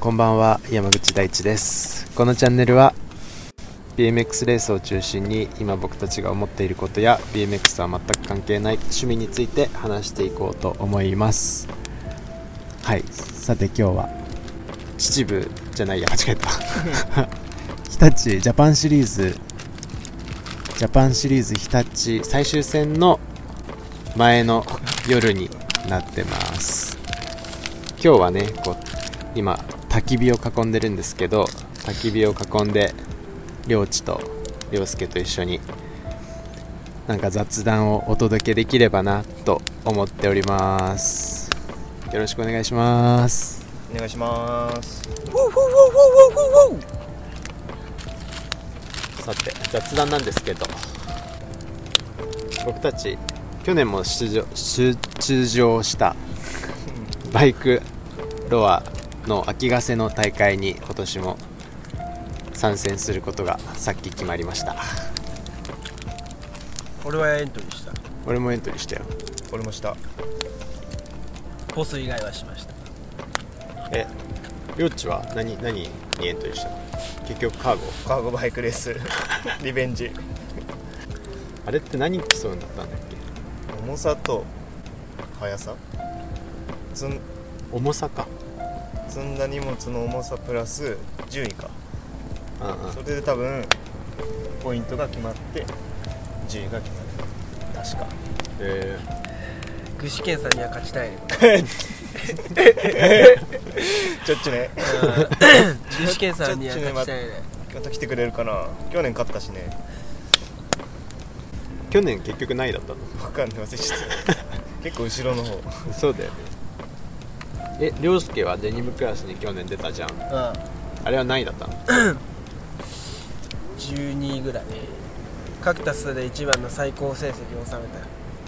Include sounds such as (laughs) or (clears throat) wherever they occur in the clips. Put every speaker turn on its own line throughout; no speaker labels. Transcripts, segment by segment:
こんばんは山口大地ですこのチャンネルは BMX レースを中心に今僕たちが思っていることや BMX とは全く関係ない趣味について話していこうと思いますはいさて今日は秩父じゃないや間違えた (laughs) 日立ジャパンシリーズジャパンシリーズ日立最終戦の前の夜になってます今日はねこう今焚き火を囲んでるんですけど焚き火を囲んで両地と涼介と一緒になんか雑談をお届けできればなと思っておりますよろしくお願いします
お願いします
さて雑談なんですけど僕たち去年も出場出出場したバイクロアの秋ヶ瀬の大会に今年も参戦することがさっき決まりました
俺はエントリーした
俺もエントリーしたよ
俺もした
ボス以外はしました
えよっちは何何にエントリーしたの結局カーゴ
カーゴバイクレー (laughs) スリベンジ
あれって何競うんだったんだっけ
重さと速さ積ん
重さか
積んだ荷物の重さプラス順位か
うんうん
それで多分ポイントが決まって順位が決まる確か
え
具志堅さんには勝ちたいね
ちょっちね
具志堅さんには勝ちたいね
また来てくれるかな去年勝ったしね
ー去年結局何位だった
分かんない忘れちゃ (laughs) った結構後ろの (laughs) 方
のそうだよねえ涼介はデニムクラスに去年出たじゃん
う
あれは何位だったの
ん12位ぐらいカクタスで一番の最高成績を収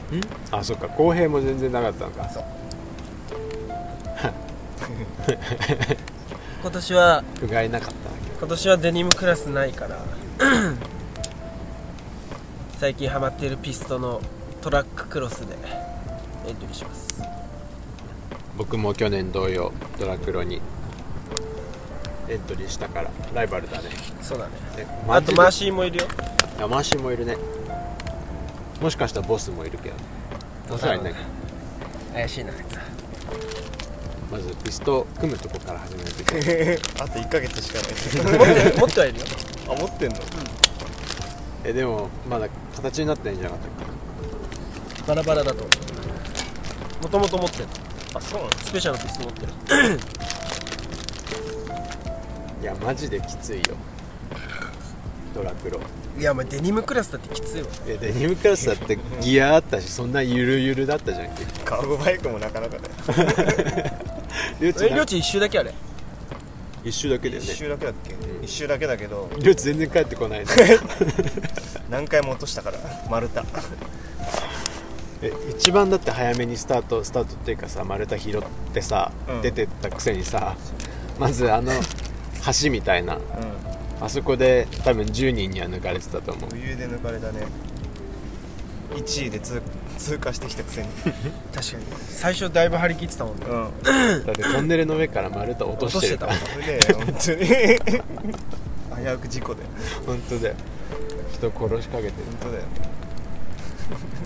めた
あそっか公平も全然なかったのか
そう
今年は
不甲斐なかったんだけど
今年はデニムクラスないから (clears throat) 最近ハマっているピストのトラッククロスでエントリーします
僕も去年同様ドラクロにエントリーしたからライバルだね
そうだね
え
あ
マジ
と
で
マーシーもいるよ
いやマーシーもいるねもしかしたらボスもいるけどねお世話になる
怪しいな (laughs) あいつ
まずピスト組むとこから始めると
あと1ヶ月しかない
持って持ってはいるよ
あ持ってんの
えでもまだ形になってないんじゃなかったっ
バラバラだともともと持ってる
あそうなの
スペシャルのピスト持ってる
けいやマジできついよドラクロ
いやお前デニムクラスだってきついわ
えデニムクラスだってギアあったしそんなゆるゆるだったじゃん結局
カーゴバイクもなかなかだよ
りょう
え
ち
りょ
な
うち一周だけあれ
一周だけだよ
一
ね
周だけだっけ、
うん
一周だけだけど
りょうち全然帰ってこないね
何回も落としたから (laughs) 丸太
え一番だって早めにスタートスタートっていうかさ丸太拾ってさ、
うん
出てったくせにさまずあの橋みたいな
うん
あそこで多分10人には抜かれてたと思う
余裕で抜かれたね1位で通通過してきたくせに
確かに最初だいぶ張り切ってたもんね
うん
だってトンネルの上から丸太落としてるから
それで本当に危うく事故だよ
本当だよ人殺しかけてる
本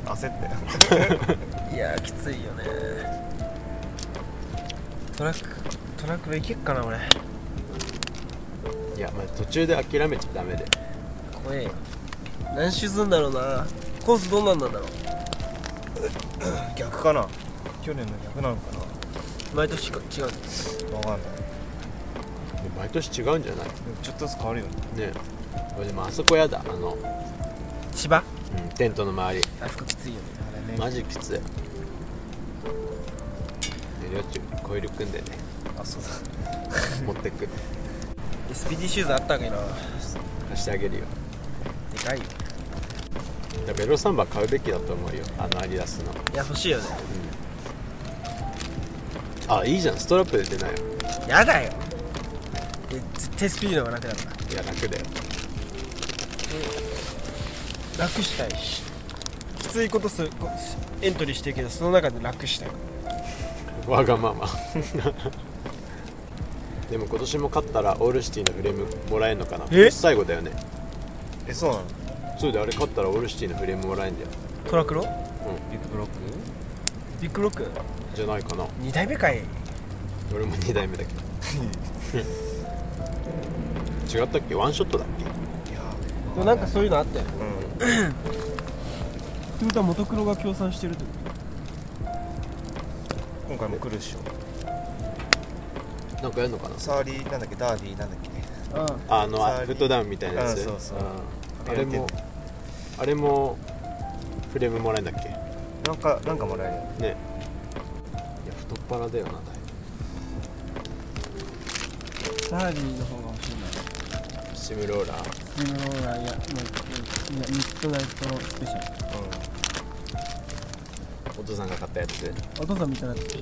当だよ焦ったよ
いやーきついよねトラックトラックでいけっかな俺
いや、まあ、途中で諦めちゃダメで
怖えよ何周すんだろうなコースどんなんなんだろう
逆かな去年の逆なのかな
毎年か違うんだよ
わかんない
で毎年違うんじゃないね
でもちょっとずつ変わるよね
え俺でもあそこやだあの、
芝
うん、テントの周り
あそこきついよね
あれね
マジきついでりょうちコイル (laughs) 組んでね
あそうだ
持ってく
SPD シューズあったわけなで
貸してあげるよ
かいよ
いやベロサンバ買うべきだと思うよあのアディダスの
いや欲しいよね
あいいじゃんストラップ出てないよ
やだよえ絶対 SPD の方が楽だから
いや楽だよ
楽したいしきついことすこエントリーしてるけどその中で楽したい
わがまま (laughs) でも今年も勝ったらオールシティのフレームもらえるのかな
え
最後だよね
えそうなの
そうだよあれ勝ったらオールシティのフレームもらえるんだよ
トラクロ
ビッグブロック
ビッグロック
じゃないかな
2代目かい
俺も2代目だ (laughs) けど違ったっけワンショットだっけ
いや
でもなんかそういうのあったよね
うん
ってことはモトクロが協賛してるってこ
今回も来るっしょ
なんかやるのかな
サーリーなんだっけダーディーなんだっけ
とあ
ああの
サーリー
フットダウンみたいなやつ
うんそうそうん
あれもあれもフレームもらえるんだっけ
なんかなんかもらえるよ
ねいや太っ腹だよなだい
サーディーの方が欲しいな
ぶシムローラー
リムローラーいやなんかいやミッドナイトスペシャ
お父さんが買ったやつう
ルお父さんみたいなスペシャ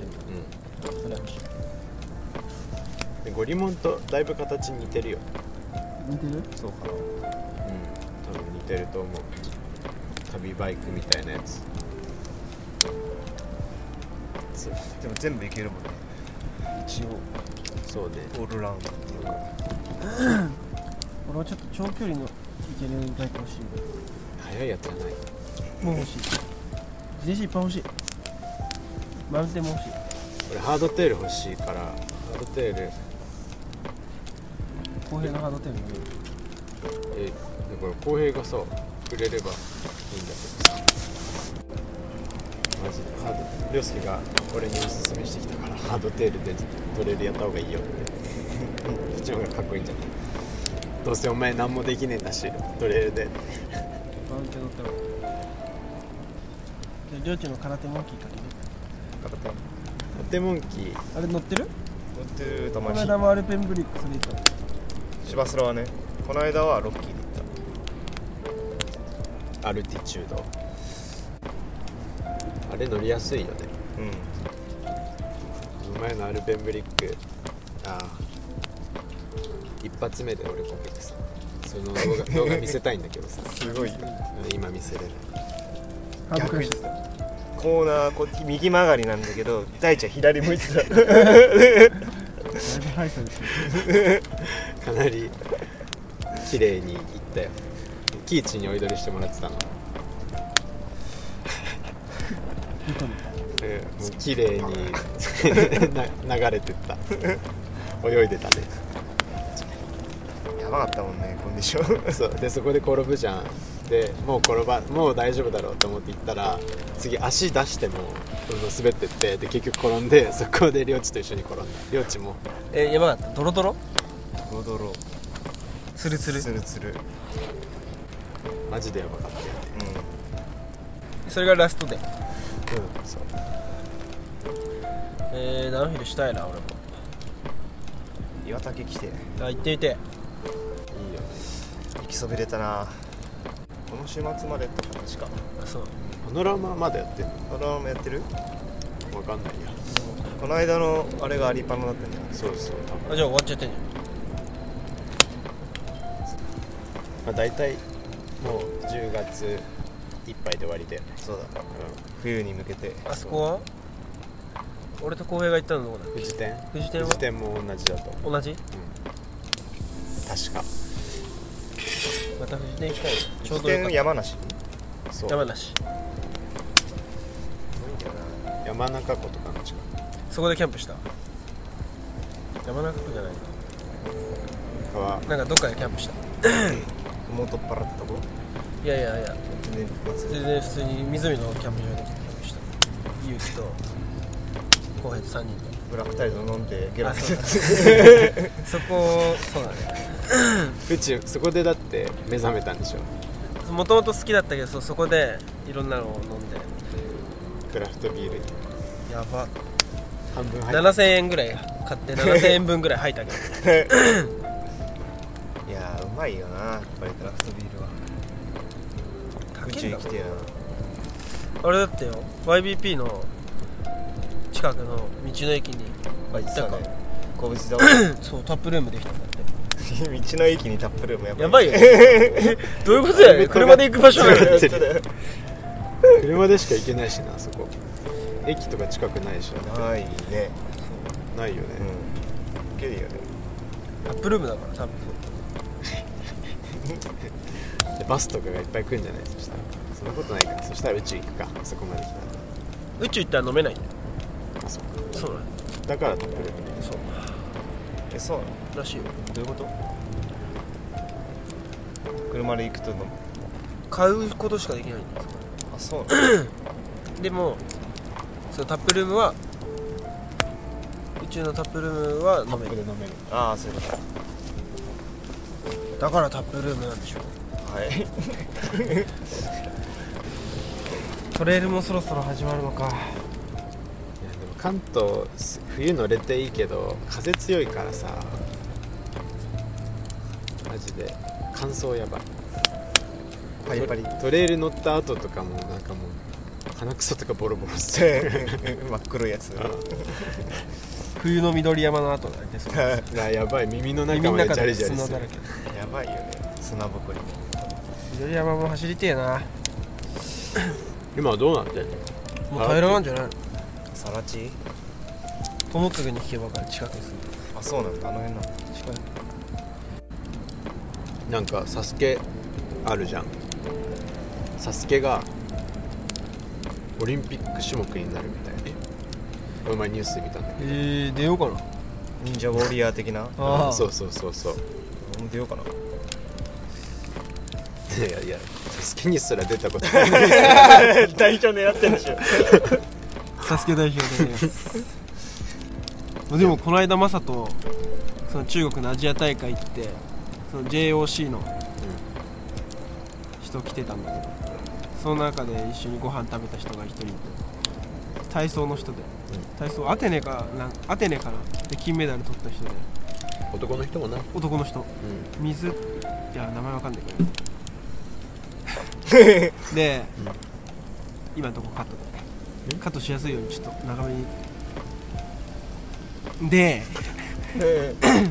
ん
ルそれ欲しい
でゴリモンとだいぶ形似てるよ
似てる
うんそうか
うん多分似てると思う旅バイクみたいなやつそう
なでも全部いけるもんね一応
そうね
オールラウンドっていうか
俺はちょっと長距離のいけるバイク欲しい
速いやつじゃない
もう欲しい自転車いっぱい欲しいマウンテンも欲しい
俺ハードテール欲しいからハードテール
公平のハードテールもいい
えだから浩平がさくれればいいんだけどさマジでハード涼介が俺におすすめしてきたからハードテールでトレールやった方がいいよって (laughs) そっちの方がかっこいいんじゃないどうせお前何もできねえんだしトレールで
マウンテン乗ってもじゃありょうちんの空手モンキーかける
片手に
モテモンキー
あれ乗ってる
乗ってるた
こ
ま
の
に
間もアルペンブリックそれいた
芝スラはねこの間はロッキーで行っ
アルティチュードあれ乗りやすいよね
たうん
前のアルペンブリックああ一発目で俺こけてさその動画動画見せたいんだけどさ
すごいよ
今見せれない
恥ずかしい
コーナーこっち右曲がりなんだけど大ちゃん左向い
(laughs)
てた
だいぶハイサです
かなり綺麗にいったよキーチにお祈りしてもらってたの、
見たの
えーもう綺麗に (laughs) な流れてった泳いでたね
やばかったもんねコンディション
そうでそこで転ぶじゃんでもう転ばもう大丈夫だろうと思って行ったら次足出してもどんどん滑ってってで結局転んでそこでりょうちと一緒に転んだりょうちも
えやばかったドロドロ
ドロドロ
ツルツル
ツルツルうん
マジでやばかったよね
それがラストで
うんそう
えー、ダウンヒルしたいな俺も
岩竹来て
あ行ってみて
いいよね
行きそびれたなこの週末までとか確か
あそう
パノラマまだやってんの
ドラマやってる
わかんないや
この間のあれがアリパノだったんじゃない
そうそう多分
あじゃあ終わっちゃってんじ
まあ大体もう10月いっぱいで終わりだよね
そうだ冬に向けて
ゃんあそこは俺と浩平が行ったのどこだ
富士店
富士店は
富士店も同じだと思う
同じ
確か
また富士店行きたいなちょう
自
どよかっ
転
た
山梨
そう
山梨
山中湖とかの近く
そこでキャンプした山中湖じゃない
川
なんかどっかでキャンプした
元っ腹ってとこ
いやいやいや
全然別に
全然普通に湖のキャンプ場でキャンプしたゆうきと浩平と3人で
ブラックタイド飲んでゲロ
あそうだそこそうだね
宇宙そこでだって目覚めたんでしょ
もともと好きだったけどそうそこでいろんなのを飲んで
クラフトビールに
やば
半分入っ
7000円ぐらい買って7000円分ぐらい入ったけど
いやーうまいよなやっぱりクラフトビールは宇宙行きてえな
あれだってよ YBP の近くの道の駅に
まあ行ってた
行っ
ね小渕沢
そうタップルームできたんだって
道の駅にタップルームやばい
やばいよえどういう (laughs) ことやねん車で行く場
(laughs)
所だよ (laughs)
や
ね
ってる車でしか行けないしなそこ駅とか近くないし
ないね
ないよね、
うんいけるよね
アップルームだから多分
でバスとかがいっぱい来るんじゃないそしたらそんなことないからそしたら宇宙行くかそこまで来た
宇宙行ったら飲めないんだよ
らあそうか
そうなん
だからトップルームね
そう
えそうなの
らしいよ
どういうこと車で行くと飲む
買うことしかできないんだよそこ
あそうなの
ででもそのタップルームは宇宙のタップルームは飲め
これ
る
飲めるああそういうこと
だからタップルームなんでしょ
(laughs) はい
トレイルもそろそろ始まるの
い
か
やでも関東す冬乗れていいけど風強いからさマジで乾燥やばい
パリパリ (laughs)
トレイル乗った後とかもなんかもう鼻くそとかボロボロして (laughs)
真っ黒いやつ (laughs)
冬の緑山の後だけそう
うわやばい耳の
耳
中
の
まで
中
ジャ
で
リジャリ
砂
す
だ
る
らけ
やばいよね砂ぼこり
緑山も走りてえな
今はどうなってんの
もう平らなんじゃないの
さらち
友次に聞けばわかる近くでする
あそうなんだあの辺なんだ
近く
なんかサスケあるじゃんサスケがオリンピック種目になるみたいねこの前ニュースで見たんだけ
えー、出ようかな
忍者ウォーリアー的な
どそううそうそうそう
俺も出よ (laughs) うかない
やいやサスケにすら出たことない
代表狙ってるでしょ
サスケ代表ででもこの間マサとその中国のアジア大会行ってその JOC の人来てたんだけどその中で一緒にご飯食べた人が一人いて体操の人で
ん
体操アテネかなんアテネかなで金メダル取った人で
男の人もな、
男の人
う
水いや名前わか
(laughs)
んないけどで、今のとこカットで
ん
カットしやすいようにちょっと長めにで (coughs)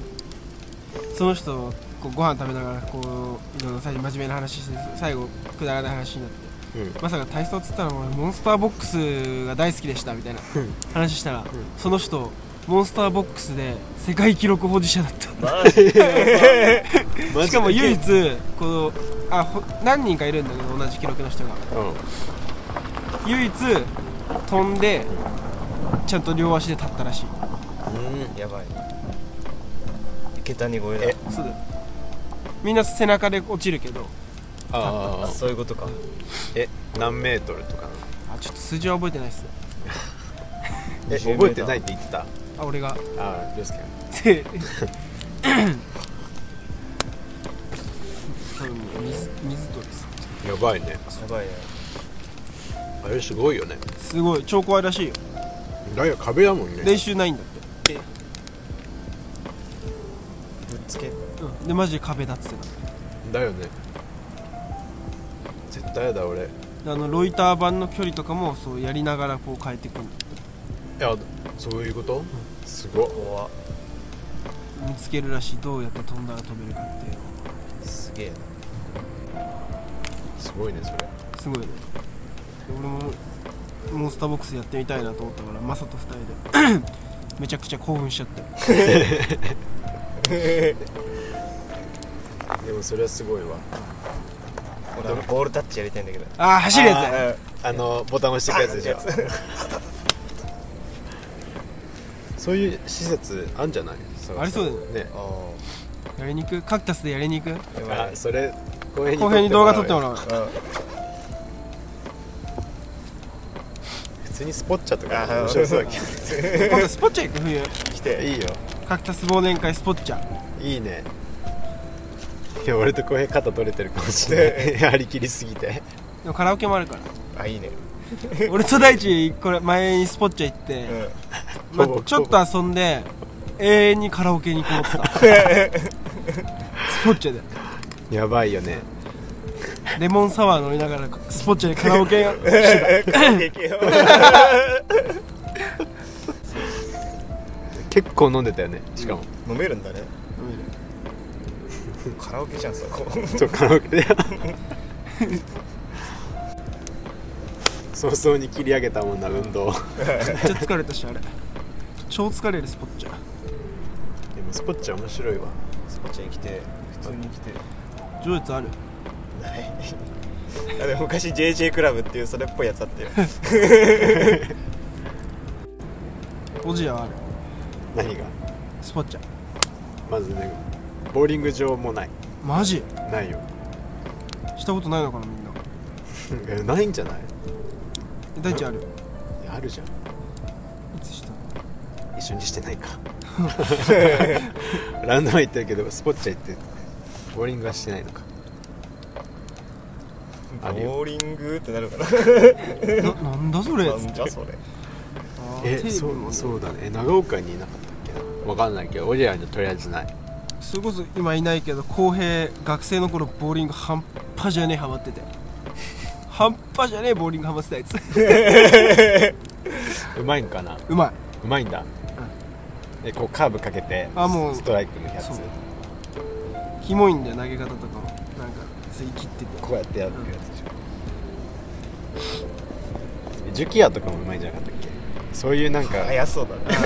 その人こうご飯食べながらこういろいろ最初真面目な話して最後くだらない話になって
ん
まさか体操っつったら俺モンスターボックスが大好きでしたみたいな
うん
話したら、その人モンスターボックスで世界記録保持者だった
マジ
マジで
しかも唯一このあほ何人かいるんだけど同じ記録の人が
うん
唯一飛んでちゃんと両足で立ったらしい
やばい池谷越え
え
だ
そうだよみんな背中で落ちるけど
あ
あそういうことか
え何メートルとかなの
あちょっと数字は覚えてないっすね
え
20
覚えてないって言ってたあ
あ俺が
あ涼介
で多分水水鳥です
やばいね
やばいね
あれすごいよね
すごい超怖いらしいよ
だいぶ壁だもんね
練習ないんだって
ぶっつけ
うんでマジで壁立って
だよね絶対やだ俺い
たあのロイター版の距離とかもそうやりながらこう変えていくんだ
やそういうこと、すごっ
怖っ
見つけるらしいどうやって飛んだら飛べるかっていう
すげえな
すごいねそれ
すごいねで俺もモンスターボックスやってみたいなと思ったからマサと2人で (coughs) めちゃくちゃ興奮しちゃって
でもそれはすごいわ
俺あのボールタッチやりたいんだけど
ああ走るや
ああのボタン押してくやつでしょ
あや
そういう施設あんじゃない
ありそうだよ
ね
あ
つやりに行くカクタスでやりに行く
ーやば
あ
い
それ公平
後編に動画撮っても
うよ
らお
う
う
ん
普通にスポッチャとか
あ
面白そうだけ
今度スポッチャ行く冬
ど来ていいよ
カクタス忘年会スポッチャ
いいねいや俺と公平肩取れてるかもしれ (laughs) ない張り切りすぎて
でもカラオケもあるから
あいいね
俺と大地これ前にスポッチャ行っ
う
て、
ん
ほぼ
まあ
ほぼ
ちょっと遊んで永遠にカラオケにこもってた (laughs) スポッチャで
やばいよね
レモンサワー飲みながらスポッチャでカラオケしてた
結構飲んでたよねしかも、
飲めるんだねカラオケじゃんそこ
そうカラオケ (laughs) で早々に切り上げたもんな運動
めっちゃ疲れたしあれ超疲れるスポッチャ
でもスポッチャ面白いわ
スポチャに来て普通に来て
上越ある
ないあでも昔 JJ クラブっていうそれっぽいやつあったよ
おじやはある
何が
スポッチャ
まずねボーリング場もない
マジ
ないよ
したことないのかなみんな
えないんじゃない
え大地ある
いやあるじゃん
いつした
一緒にしてないか (laughs) ラウンドは行ってるけどスポッチャ行ってボーリングはしてないのかあるよ
ボーリングってなるから
ななんだそれ
なんじゃ (laughs) それ
あー
え
テレビ
そ
も
う
ね
そうだねえ長岡にいなかったっけなわかんないけどオリアにはとりあえずない
それこそ今いないけど浩平学生の頃ボーリング半端じゃねえハマってて半端じゃねえボーリングハマってたやつ
うまいんかな
うまいう
まいんだ、えこうカーブかけて
あもう
ストライクのやつ
そうキモいんだよ投げ方とかもなんかつい切ってて
こうやってやるやつでしょ、ジュキアとかもうまいんじゃなかったっけそういうなんか
早そうだね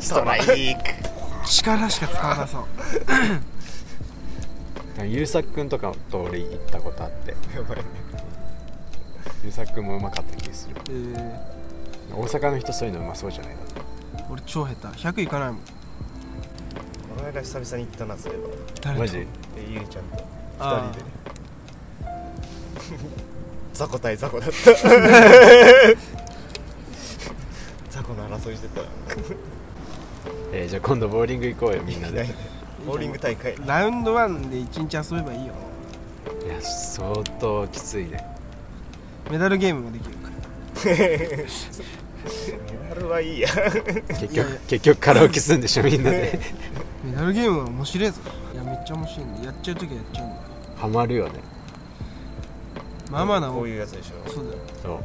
ストライク
力しか使わなそう
優作くんとかと俺行ったことあって
やばいね
優作くんもうまかった気がする
えー、
大阪の人そういうのうまそうじゃないの
俺超下手100いかないもん
この間久々に行ったなそういえば
誰と
マジ
えゆりちゃんと
あ
2
ー
人で (laughs) 雑魚対雑魚だった (laughs) 雑魚の争いしてた
えーじゃあ今度ボーリング行こうよみんなで
ボーリング大会
ラウンド1で1日遊べばいいよ
いや相当きついね
メダルゲームもできるから
メダルはいいや
結局
いやいや
結局カラオケするんでしょみんなで
メダルゲームは面白いぞいやめっちゃ面白いんだやっちゃう時はやっちゃうんだよ
ハマるよね
まあまあな
こ
多
う
い
いうやつでしょ
そうだよ
そう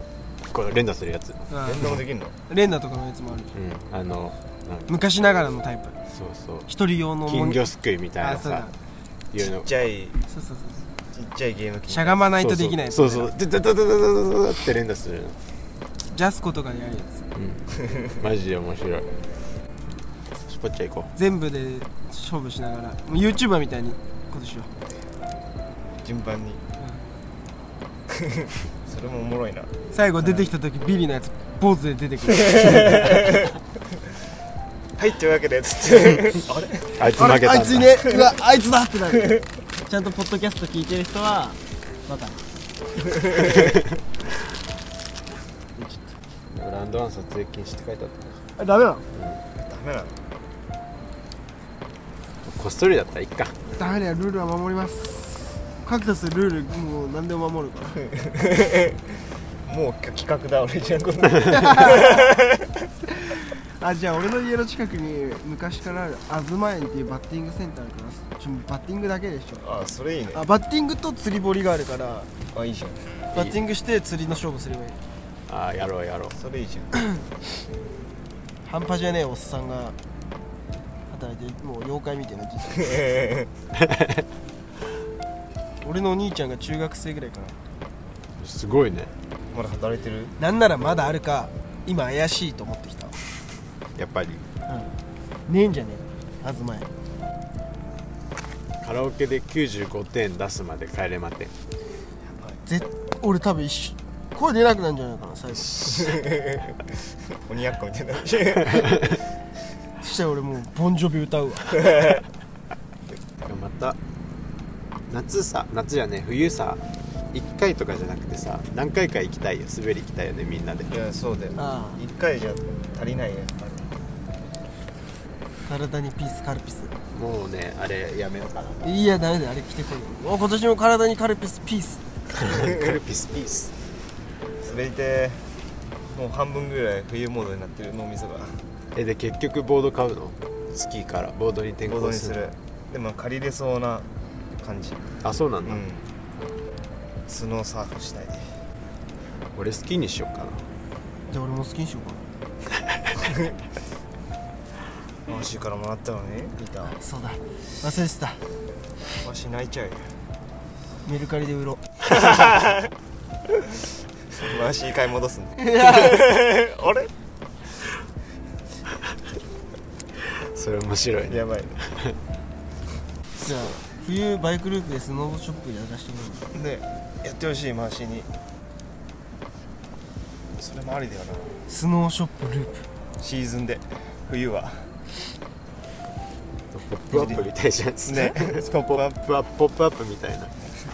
これ連打するやつ
あ
連動できるの
ー連打とかのやつもある
うんあのなんか
昔ながらのタイプ
そうそう
一人用の
金魚
あ
すくいみたいな
そうだ
さ
ち
いう
っ
の
ちゃい
そうそうそう
ちっちゃいゲーム機
しゃがまないとできないやつ
そうそうでダダダダダダダって連打するの
ジャスコとかでやるやつ
うんマジで面白いスポッチャ行こ
全部で勝負しながらもう YouTuber みたいにことしよ
順番に
う、
(laughs) それもおもろいな
最後出てきた時ビリのやつ坊主で出てくる
はいというわけでつって
(laughs)
あれ
うあ (laughs) いつ負けたんだ
あいついねうわあいつだってなるちゃんとポッドキャスト聞いてる人はまた
ラウンドワン撮影禁止って書いてあった
あダメなの
ダメなの
こっそりだったらいっか
ダメだよルールは守りますカクタスルールもう何でも守るから
もう企画だ俺
(laughs)
じゃんこんな
あじゃあ俺の家の近くに昔からある東園っていうバッティングセンターあるからちょバッティングだけでしょ
あそれいいね
あバッティングと釣り堀があるから
あいいじゃん
バッティングして釣りの勝負すればいい
ああやろうやろう
それいい
(laughs)
じゃん (laughs)
半端じゃねえおっさんが働いてもう妖怪みたいな人生俺のお兄ちゃんが中学生ぐらいか
すごいね
まだ働いてる
ななんならまだあるか今怪しいと思ってきた
やっぱり
ねえんじゃねえ東前
カラオケで95点出すまで帰れまてん
絶俺多分一瞬声出なくなるんじゃないかな最後
(laughs)
そ
鬼やっこみたい (laughs) な
したら俺もうボンジョビ歌うわ
また夏さ夏じゃね冬さ1回とかじゃなくてさ何回か行きたいよ滑り行きたいよねみんなで
いやそうだよ
あ
一回じゃ足りないやっぱり
体にピースカルピス
もうねあれやめよう
(laughs)
かない
やダメだよあれ着てこいもう今年も体にカルピスピース
カルピスピース
滑りてもう半分ぐらい冬モードになってる脳みそが
えで結局ボード買うのスキーからボードに転
ボード
向
に
す
す
る
るでも借りれそうな感じ
あそうな
うん
だ、
んスノーサーフしたい
俺スキーにしようかな
じゃあ俺も好きにしようか
マシからもらったのにギター
なそうだ忘れてた
マシ泣い (laughs) ちゃうよ
メルカリで売ろう
マシ買い戻 (laughs) すんだあれ
それ面白いね
やばい
じゃあ冬バイクループでスノーボードショップやらせてもらう
でやってほしい回しにそれもありだよな
スノーショップループ
シーズンで冬は
ポップアップみたいじゃん
ねポップアップ
ポップアップポップアップみたいな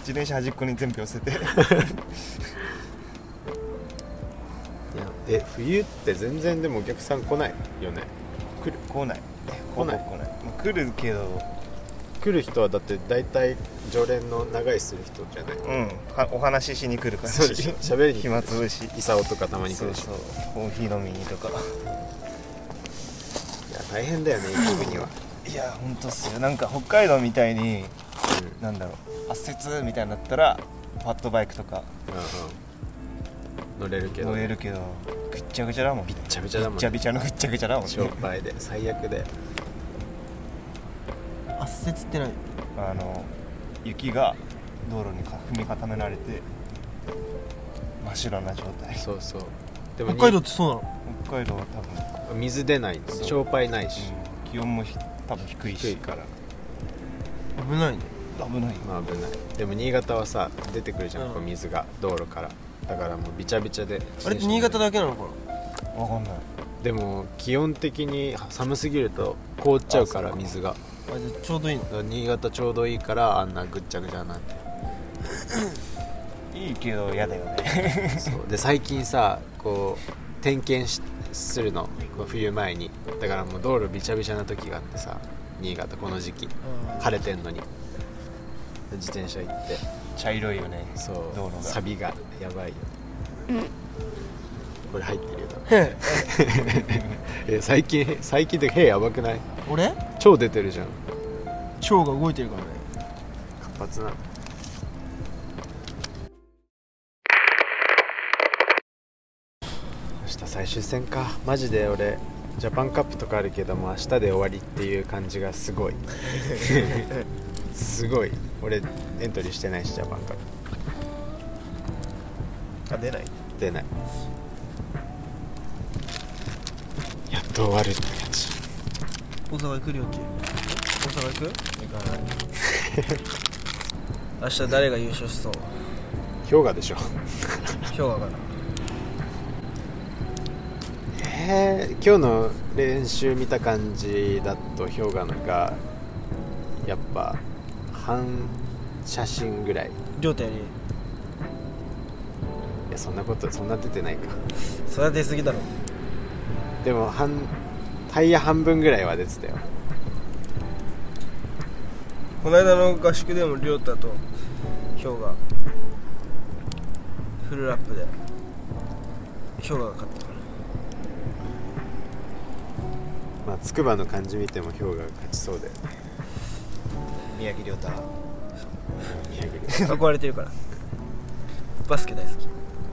自転車端っこに全部寄せて
え冬って全然でもお客さん来ないよね
来る来ない
来ない
ほぼ来ない、まあ、来るけど
来る人はだって大体常連の長居する人じゃない
うんはお話ししに来る感
そうでしょ
じ
喋りに来る
暇つぶし
イサオとかたまに来
そ
る
う
し
そうコーヒー飲みにとか
いや大変だよね行くには、
いやほんとっすよなんか北海道みたいに
うん
なんだろう圧雪みたいになったらファットバイクとか
うんうん乗れるけど
乗
ね
れるけどぐっちゃぐちゃだもん
び
ね
っちゃびちゃだもんね
ぐっちゃびちゃのぐっちゃぐちゃだもんね
しょっぱいで最悪で
圧雪ってない
あの雪が道路にか踏み固められて真っ白な状態
そうそうで
北
に
海道ってそうなの
北海道は多分、
水出ないの
そう
しょっぱいないし、
うん気温もひ多分低い
低い
し
から
危ないね
危ないよ
まあ危ないでも新潟はさ出てくるじゃん、
うん
こう水が道路からだからもうびちゃびちゃで
あれって新潟
だ
だけなのかな
わかんない
でも気温的に寒すぎると凍っちゃうから
あそうか
水が
あじゃあちょうどいいの
だから新潟ちょうどいいからあんなぐっちゃぐちゃなんて
いいけど嫌だよ (laughs) ね
そうで最近さこう点検しするのこう冬前にだからもう道路びちゃびちゃな時があってさ新潟この時期晴れてんのに自転車行って
茶色いよね
そう
道路が
サビがやばいよ、これ入ってるよ多分 (laughs)
へえ
え最近最近でへやばくない
俺
超出てるじゃん
腸が動いてるからね
活発な明日最終戦かマジで俺ジャパンカップとかあるけども明日で終わりっていう感じがす
(laughs)
ごいすごい俺エントリーしてないしジャパンカップ
あ出ない
出ないやっと終わるって感じ
大阪来るよっけ大阪行く
行かない
(laughs) 明日誰が優勝しそう
氷河でしょ
今日はかな
えー、今日の練習見た感じだと氷河のがやっぱ半写真ぐらいい
亮太より
やそんなことそんな出てないか
それは出過ぎだろ
でも半タイヤ半分ぐらいは出てたよ
この間の合宿でも亮太とヒョウがフルラップでヒョウが勝った
まあ筑波の感じ見ても氷河が勝ちそうだよね
宮城亮太
宮城
(laughs) 憧れてるからバスケ大好き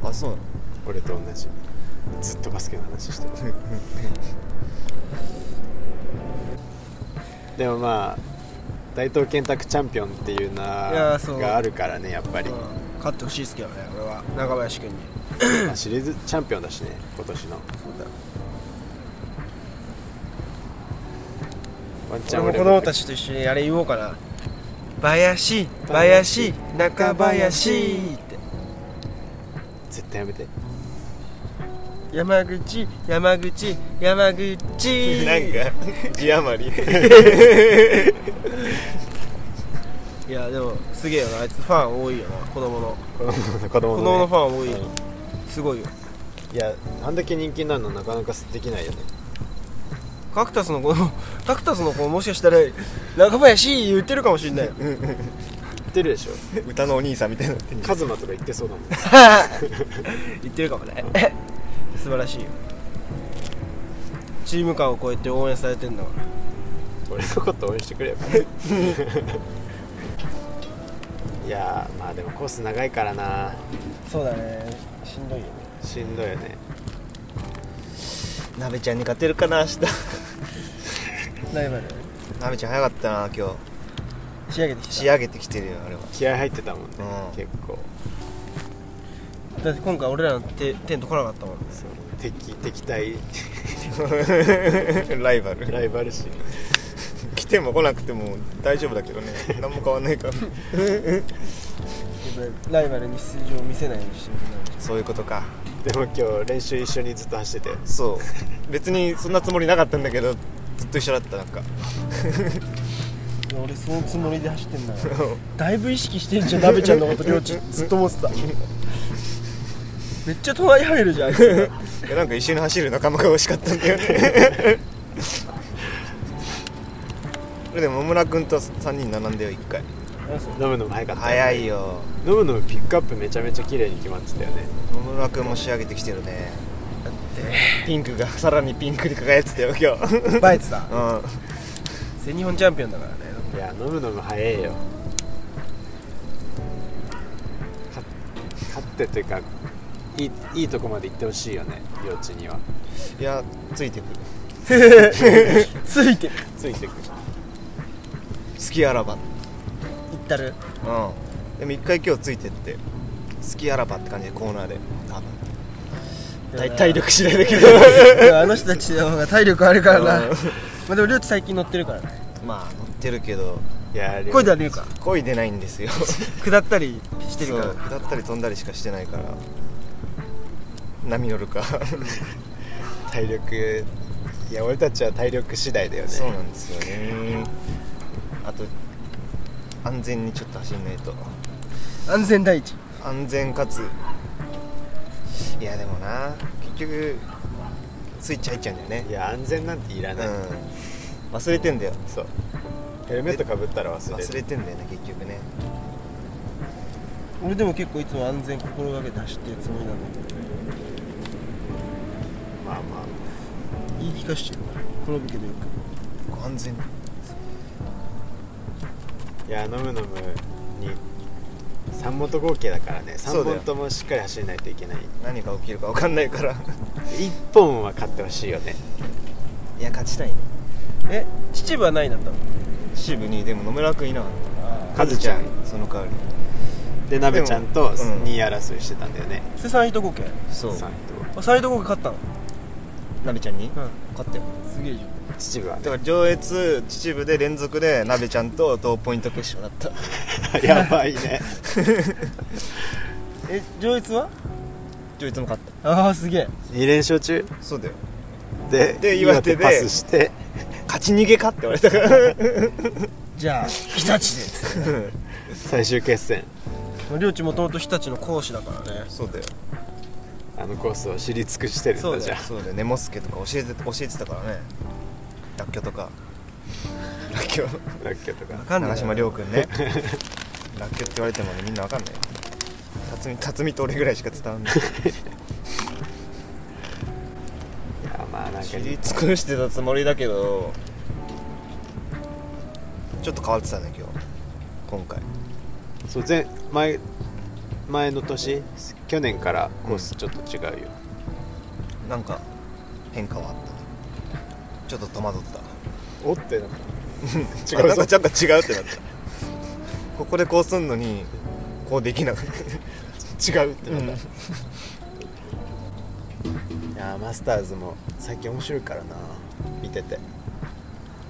あそうなの
俺と同じずっとバスケの話
(laughs)
してるでもまあ大東建託チャンピオンっていう名
いやーそう
があるからねやっぱり、
うん勝ってほしいですけどね俺は中林君に
まあシリーズチャンピオンだしね今年の
そうだ
ワンチャン
俺も子供たちと一緒にあれ言おうかな林林中林って
絶対やめて
山口山口山口
なんか字余り
(laughs)
いやでもすげえよなあいつファン多いよな子供の
子供の子
子
供
供の
の,、
ファン多い、
う
すごいよ
いやあんだけ人気になるのなかなかできないよね
カクタスの (laughs) 子カクタスの子もしかしたら中林言ってるかもしんないよ (laughs)
言ってるでしょ
歌のお兄さんみたいになってる
カズマとか言ってそうだもん
言ってるかもね (laughs) 素晴らしいよチーム感を超えて応援されてんだから
俺のこと応援してくれよ (laughs) いやーまあでもコース長いからな
そうだねしんどいよね
しんどいよね
なべちゃんに勝てるかな明日
ライバル
なべちゃん早かったな今日
仕上げてきた
仕上げてきてるよあれは
気合入ってたもんね、
うん
結構
だって今回俺らのテテント来なかったもん
敵敵対
ライバル
ライバル視
来ても来なくても大丈夫だけどね何も変わんない (laughs) から
ライバルに出場を見せないようにしてる
そういうことか
でも今日練習一緒にずっと走ってて
そう別にそんなつもりなかったんだけどずっと一緒だったなんか
いや俺そのつもりで走ってんだからだいぶ意識してんじゃん鍋ちゃんのことりょうちずっと思ってためっちゃ隣入るじゃん
いやなんか一緒に走る仲間が欲しかったんだよね (laughs) でも野村君と3人並んでよ1回
飲むのも早かった
早いよ
飲むのもピックアップめちゃめちゃ綺麗に決まってたよね
野村君も仕上げてきてるねピンクがさらにピンクに輝いてたよ今日
バイツだ
うん
全日本チャンピオンだからね
いや飲むのも早いよ勝勝ってっていうかいいいいとこまで行ってほしいよね幼稚にはい
やついてくる
ついて行
ついてくる
好きあらば
ったる
うんでも一回今日ついてって好きあらばって感じでコーナーで多分体体力次第だけど
いやあの人たちの方が体力あるからな
うん
まあでもりょうち最近乗ってるからね
まあ乗ってるけど
いやー
声では出るか
漕いでないんですよ
下ったりしてるか
そう下ったり飛んだりしかしてないから波乗るか
体力いや俺たちは体力次第だよね
そうなんですよねあと安全にちょっと走んないと
ら安全第一
安全かついやでもな結局スイッチ入っちゃうんだよね
いや安全なんていらない、
うん忘れてんだよそう
ヘルメットかぶったら忘れる
忘れてんだよね結局ね
俺でも結構いつも安全心がけて走ってるつもりなんだけ
まあま
ど言い聞かしてる転ぶけどよく
安全
あいやノムノムに3本と合計だからね
そ
3
うだよ
本ともしっかり走らないといけない
何が起きるか分かんないから
1本は勝ってほしいよね
いや勝ちたいね
え秩父はないんだったの
支部にでも野村君いなかっ
あ
た
カズちゃん
その代わり
で鍋ちゃんと
でもうん
2位争いしてたんだよね、
それサイド合計
そ
3位と
あサイド合計勝ったの
なべちゃんに、
ん
勝ったよ
すげえじゃん
秩父は (laughs)
だか
ね
ら上越秩父で連続でなべちゃんと同ポイント決勝だった
やばいね
え上越は
上越も勝っ
ああすげえ
2連勝中
たそうだよ
で
で岩手で
パスして
勝ち逃げかって言われたから
じゃあ日立でつっ
最終決戦
て両地もともと日立の講師だからね
そうだよ
あのコースを知り尽くしてるん
(laughs) そうだ
だ
よ
じゃん
そうだよネモスケとか教えて教えてたからねらっきょうとからっきょう
ラッキョとか
分かんない
長島亮 (laughs) 君ねらっきょうって言われてもねみんなわかんないよ辰巳辰巳と俺ぐらいしか伝わんない
いやまあなんか
知り尽くしてたつもりだけどちょっと変わってたね今日今回
そう前前前の年去年からコースちょっと違うよ、
なんか変化はあったちょっと戸惑った
おってなっ (laughs)
あ
違う
なん
ぞ
かちょっと違うってなったここでこうすんのにこうできなかった違うってなった、
いやーマスターズも最近面白いからな見てて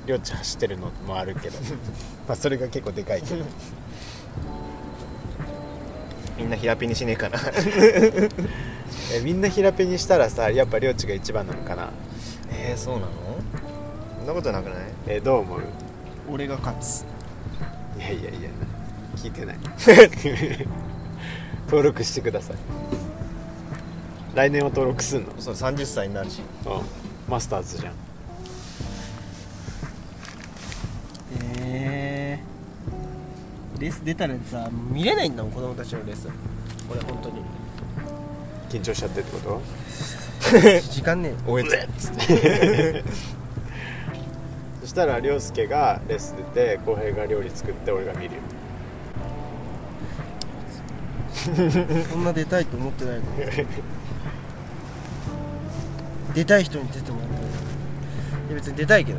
りょうち走ってるのもある
(laughs)
けどまあそれが結構でかいけど
みんな平ピにしねえかな
えみんな平手にしたらさやっぱりょうちが一番なのかな
えー、そうなのそんなことなくない
えどう思う
俺が勝つ
いやいやいや聞いてない (laughs) 登録してください来年は登録すんの
そう30歳になるし
うんマスターズじゃん
えー、レース出たらさ見れないんだもん子供たちのレースこれ本当に
緊張しちゃってってこと
(laughs) 時間ねえよ
おえつ
そしたら涼介がレッスン出て浩平が料理作って俺が見るよ
そんな出たいと思ってないの出たい人に出てもらってもいいや別に出たいけど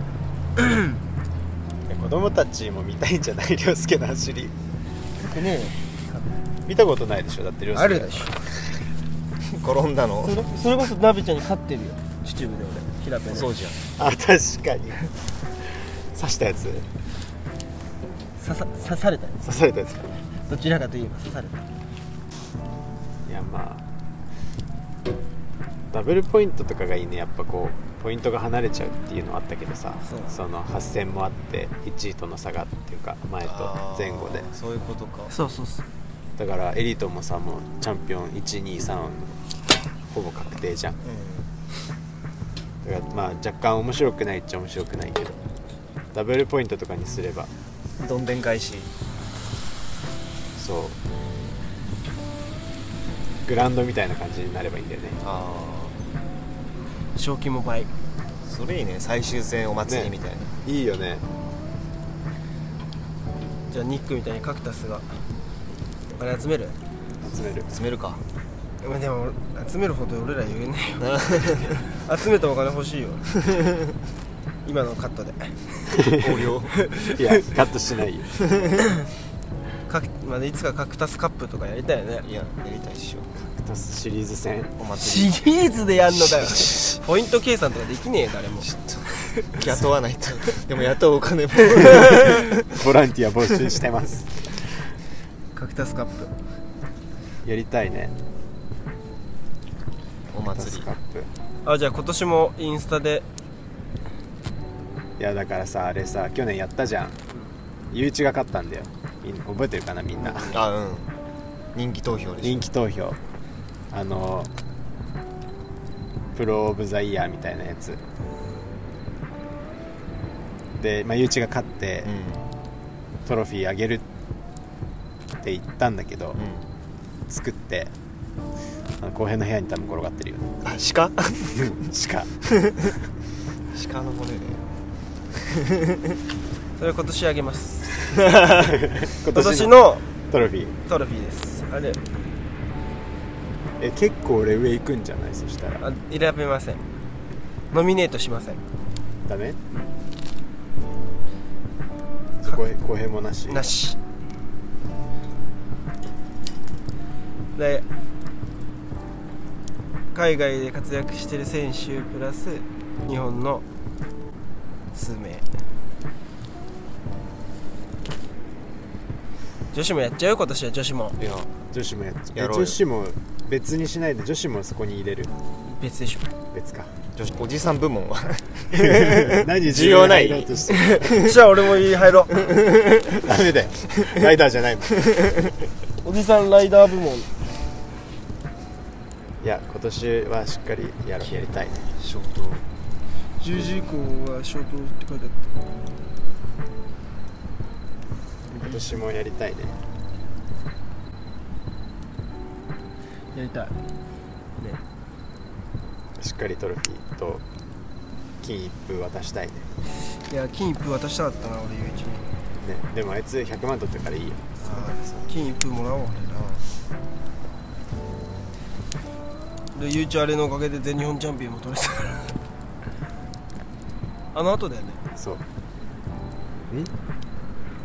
子供たちも見たいんじゃない (laughs) 涼介の走り
でね
見たことないでしょだって涼介
あるでしょ
転んだの
それそれこそ鍋ちゃんに勝ってるよ秩父で俺平手で
そうじゃん
あ確かに刺したやつ
刺さ刺されたよ
刺されたやつか
どちらかといえば刺された
いやまあダブルポイントとかがいいねやっぱこうポイントが離れちゃうっていうのはあったけどさ
そう
の8戦もあって1位との差がっていうか前と
あー
前後で
そういうことか
そうそうそう
だからエリートもさもうチャンピオン123ほぼ確定じゃん
う
だからまあ若干面白くないっちゃ面白くないけどダブルポイントとかにすれば
んどんでん返し
そうグラウンドみたいな感じになればいいんだよね
あ
賞金も倍
あそれいいね最終戦お祭りみたいな、
いいよね
じゃあニックみたいにカクタスがお金集める
集める
詰める (laughs) か
まあでも集めるほど俺ら言えないよ (laughs) 集めたお金欲しいよ (laughs) 今のカットで
横領
いやカットしないよ
かまあ、いつかカクタスカップとかやりたいよね
いややりたいっしょ
トスシリーズ戦
お祭
シ
り
リーズでやんのだよ (laughs) ポイント計算とかできねえよ誰も
雇わ (laughs) ないとでも雇うお (laughs) 金も
ボランティア募集してます
カクタスカップ
(laughs) やりたいね
お
カ
祭
ス
り
カップ
あじゃあ今年もインスタで
いやだからさあれさ去年やったじゃんゆういちが勝ったんだよみん覚えてるかなみんな
あうん人気投票でしょ
人気投票あのプロ・オブ・ザ・イヤーみたいなやつで、まあ、ゆういちが勝って、
う
トロフィーあげるって言ったんだけど
ん、う
作ってあの後編の部屋に多分転がってるよね
んあ鹿
しか
(laughs) 鹿の骨で
それ今年あげます
今
今年
の
の
トロフィー
トロフィーですあれ
え結構俺上行くんじゃないそしたら
あ選べませんノミネートしません
ダメ公平公平もなし
なしで海外で活躍してる選手プラス日本の数名女子もやっちゃうよ今年は女子も
いや
女子もやっちゃう
やろうよ
女子も別にしないで女子もそこに入れる
別でしょ
別
(laughs)
か
女子おじさん部門は
何
需要ない
入ろうとしてる
(laughs) じゃあ俺も入ろ
ダメだよライダーじゃないもんいう
おじさんライダー部門
や今年はしっかりやろうやりたい
(laughs) ショート
10時以降はショートって書いてあっ
今年もやりたいね
たやりたい
しっかりトロフィーと金一封渡したいね
いや金一封渡したかったな俺ゆういちに
ねでもあいつ100万取ったからいいよ
金一封もらおうでゆうちゃんあれのおかげで全日本チャンピオンも取れたあの後だよね
そうん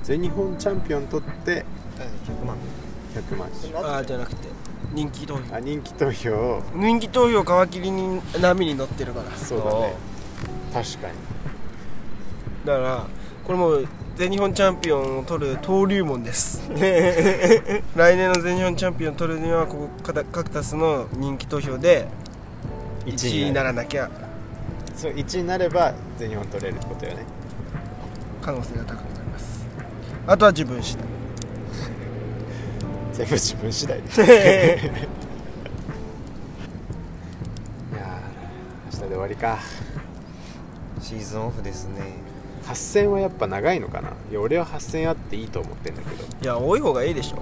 全日本チャンピオン取って
100万
100万
ああじゃなくて人気投票
あ人気投票を
人気投票皮切りに波に乗ってるから
そうだね確かに
だからこれもう全日本チャンピオンを取る登竜門です (laughs) 来年の全日本チャンピオンを取るにはここカタカクタスの人気投票で1位にならなきゃ
そう1位になれば全日本取れるってことよね
可能性が高くなりますあとは自分次第
全部自分次第でいやー明日で終わりか
シーズンオフですね
8戦はやっぱ長いのかないや俺は8戦あっていいと思ってんだけど
いや多い方がいいでしょ、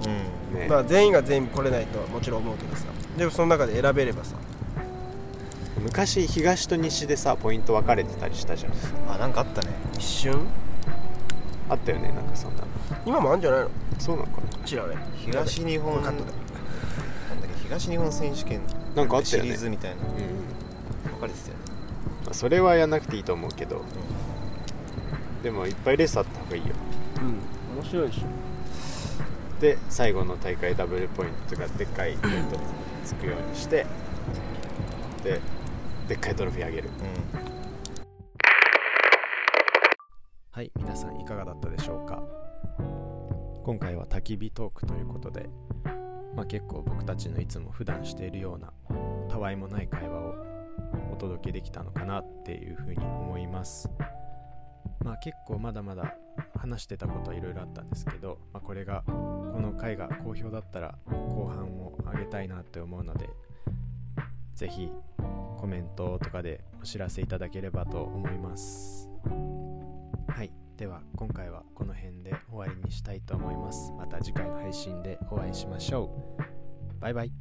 うん
ね、
まあ全員が全員来れないとはもちろん思うけどさでもその中で選べればさ
昔東と西でさポイント分かれてたりしたじゃん
あなんかあったね
一瞬
あったよねなんかそんなの
今もあるんじゃないの
そうなのかな
知らない
東日本
カ
な
ッ
ん
ト
だ
だ
っけ東日本選手権
なんかあった
シ
よ
リ
ね
ーズみたいな
うん
分かれてたよね
まあそれはやんなくていいと思うけど、でもいっぱいレースあった方がいいよ
うん面白いでしょ
で最後の大会ダブルポイントとかでっかいポイントつくようにして
って、
でっかいトロフィーあげる
うん、
はい皆さんいかがだったでしょうか今回は焚き火トークということで、まあ、結構僕たちのいつも普段しているようなたわいもない会話をお届けできたのかなっていうふうに思いますまあ結構まだまだ話してたことはいろいろあったんですけど、まあ、これがこの回が好評だったら後半を上げたいなって思うので是非コメントとかでお知らせいただければと思いますはい、では今回はこの辺で終わりにしたいと思います。また次回の配信でお会いしましょう。バイバイ。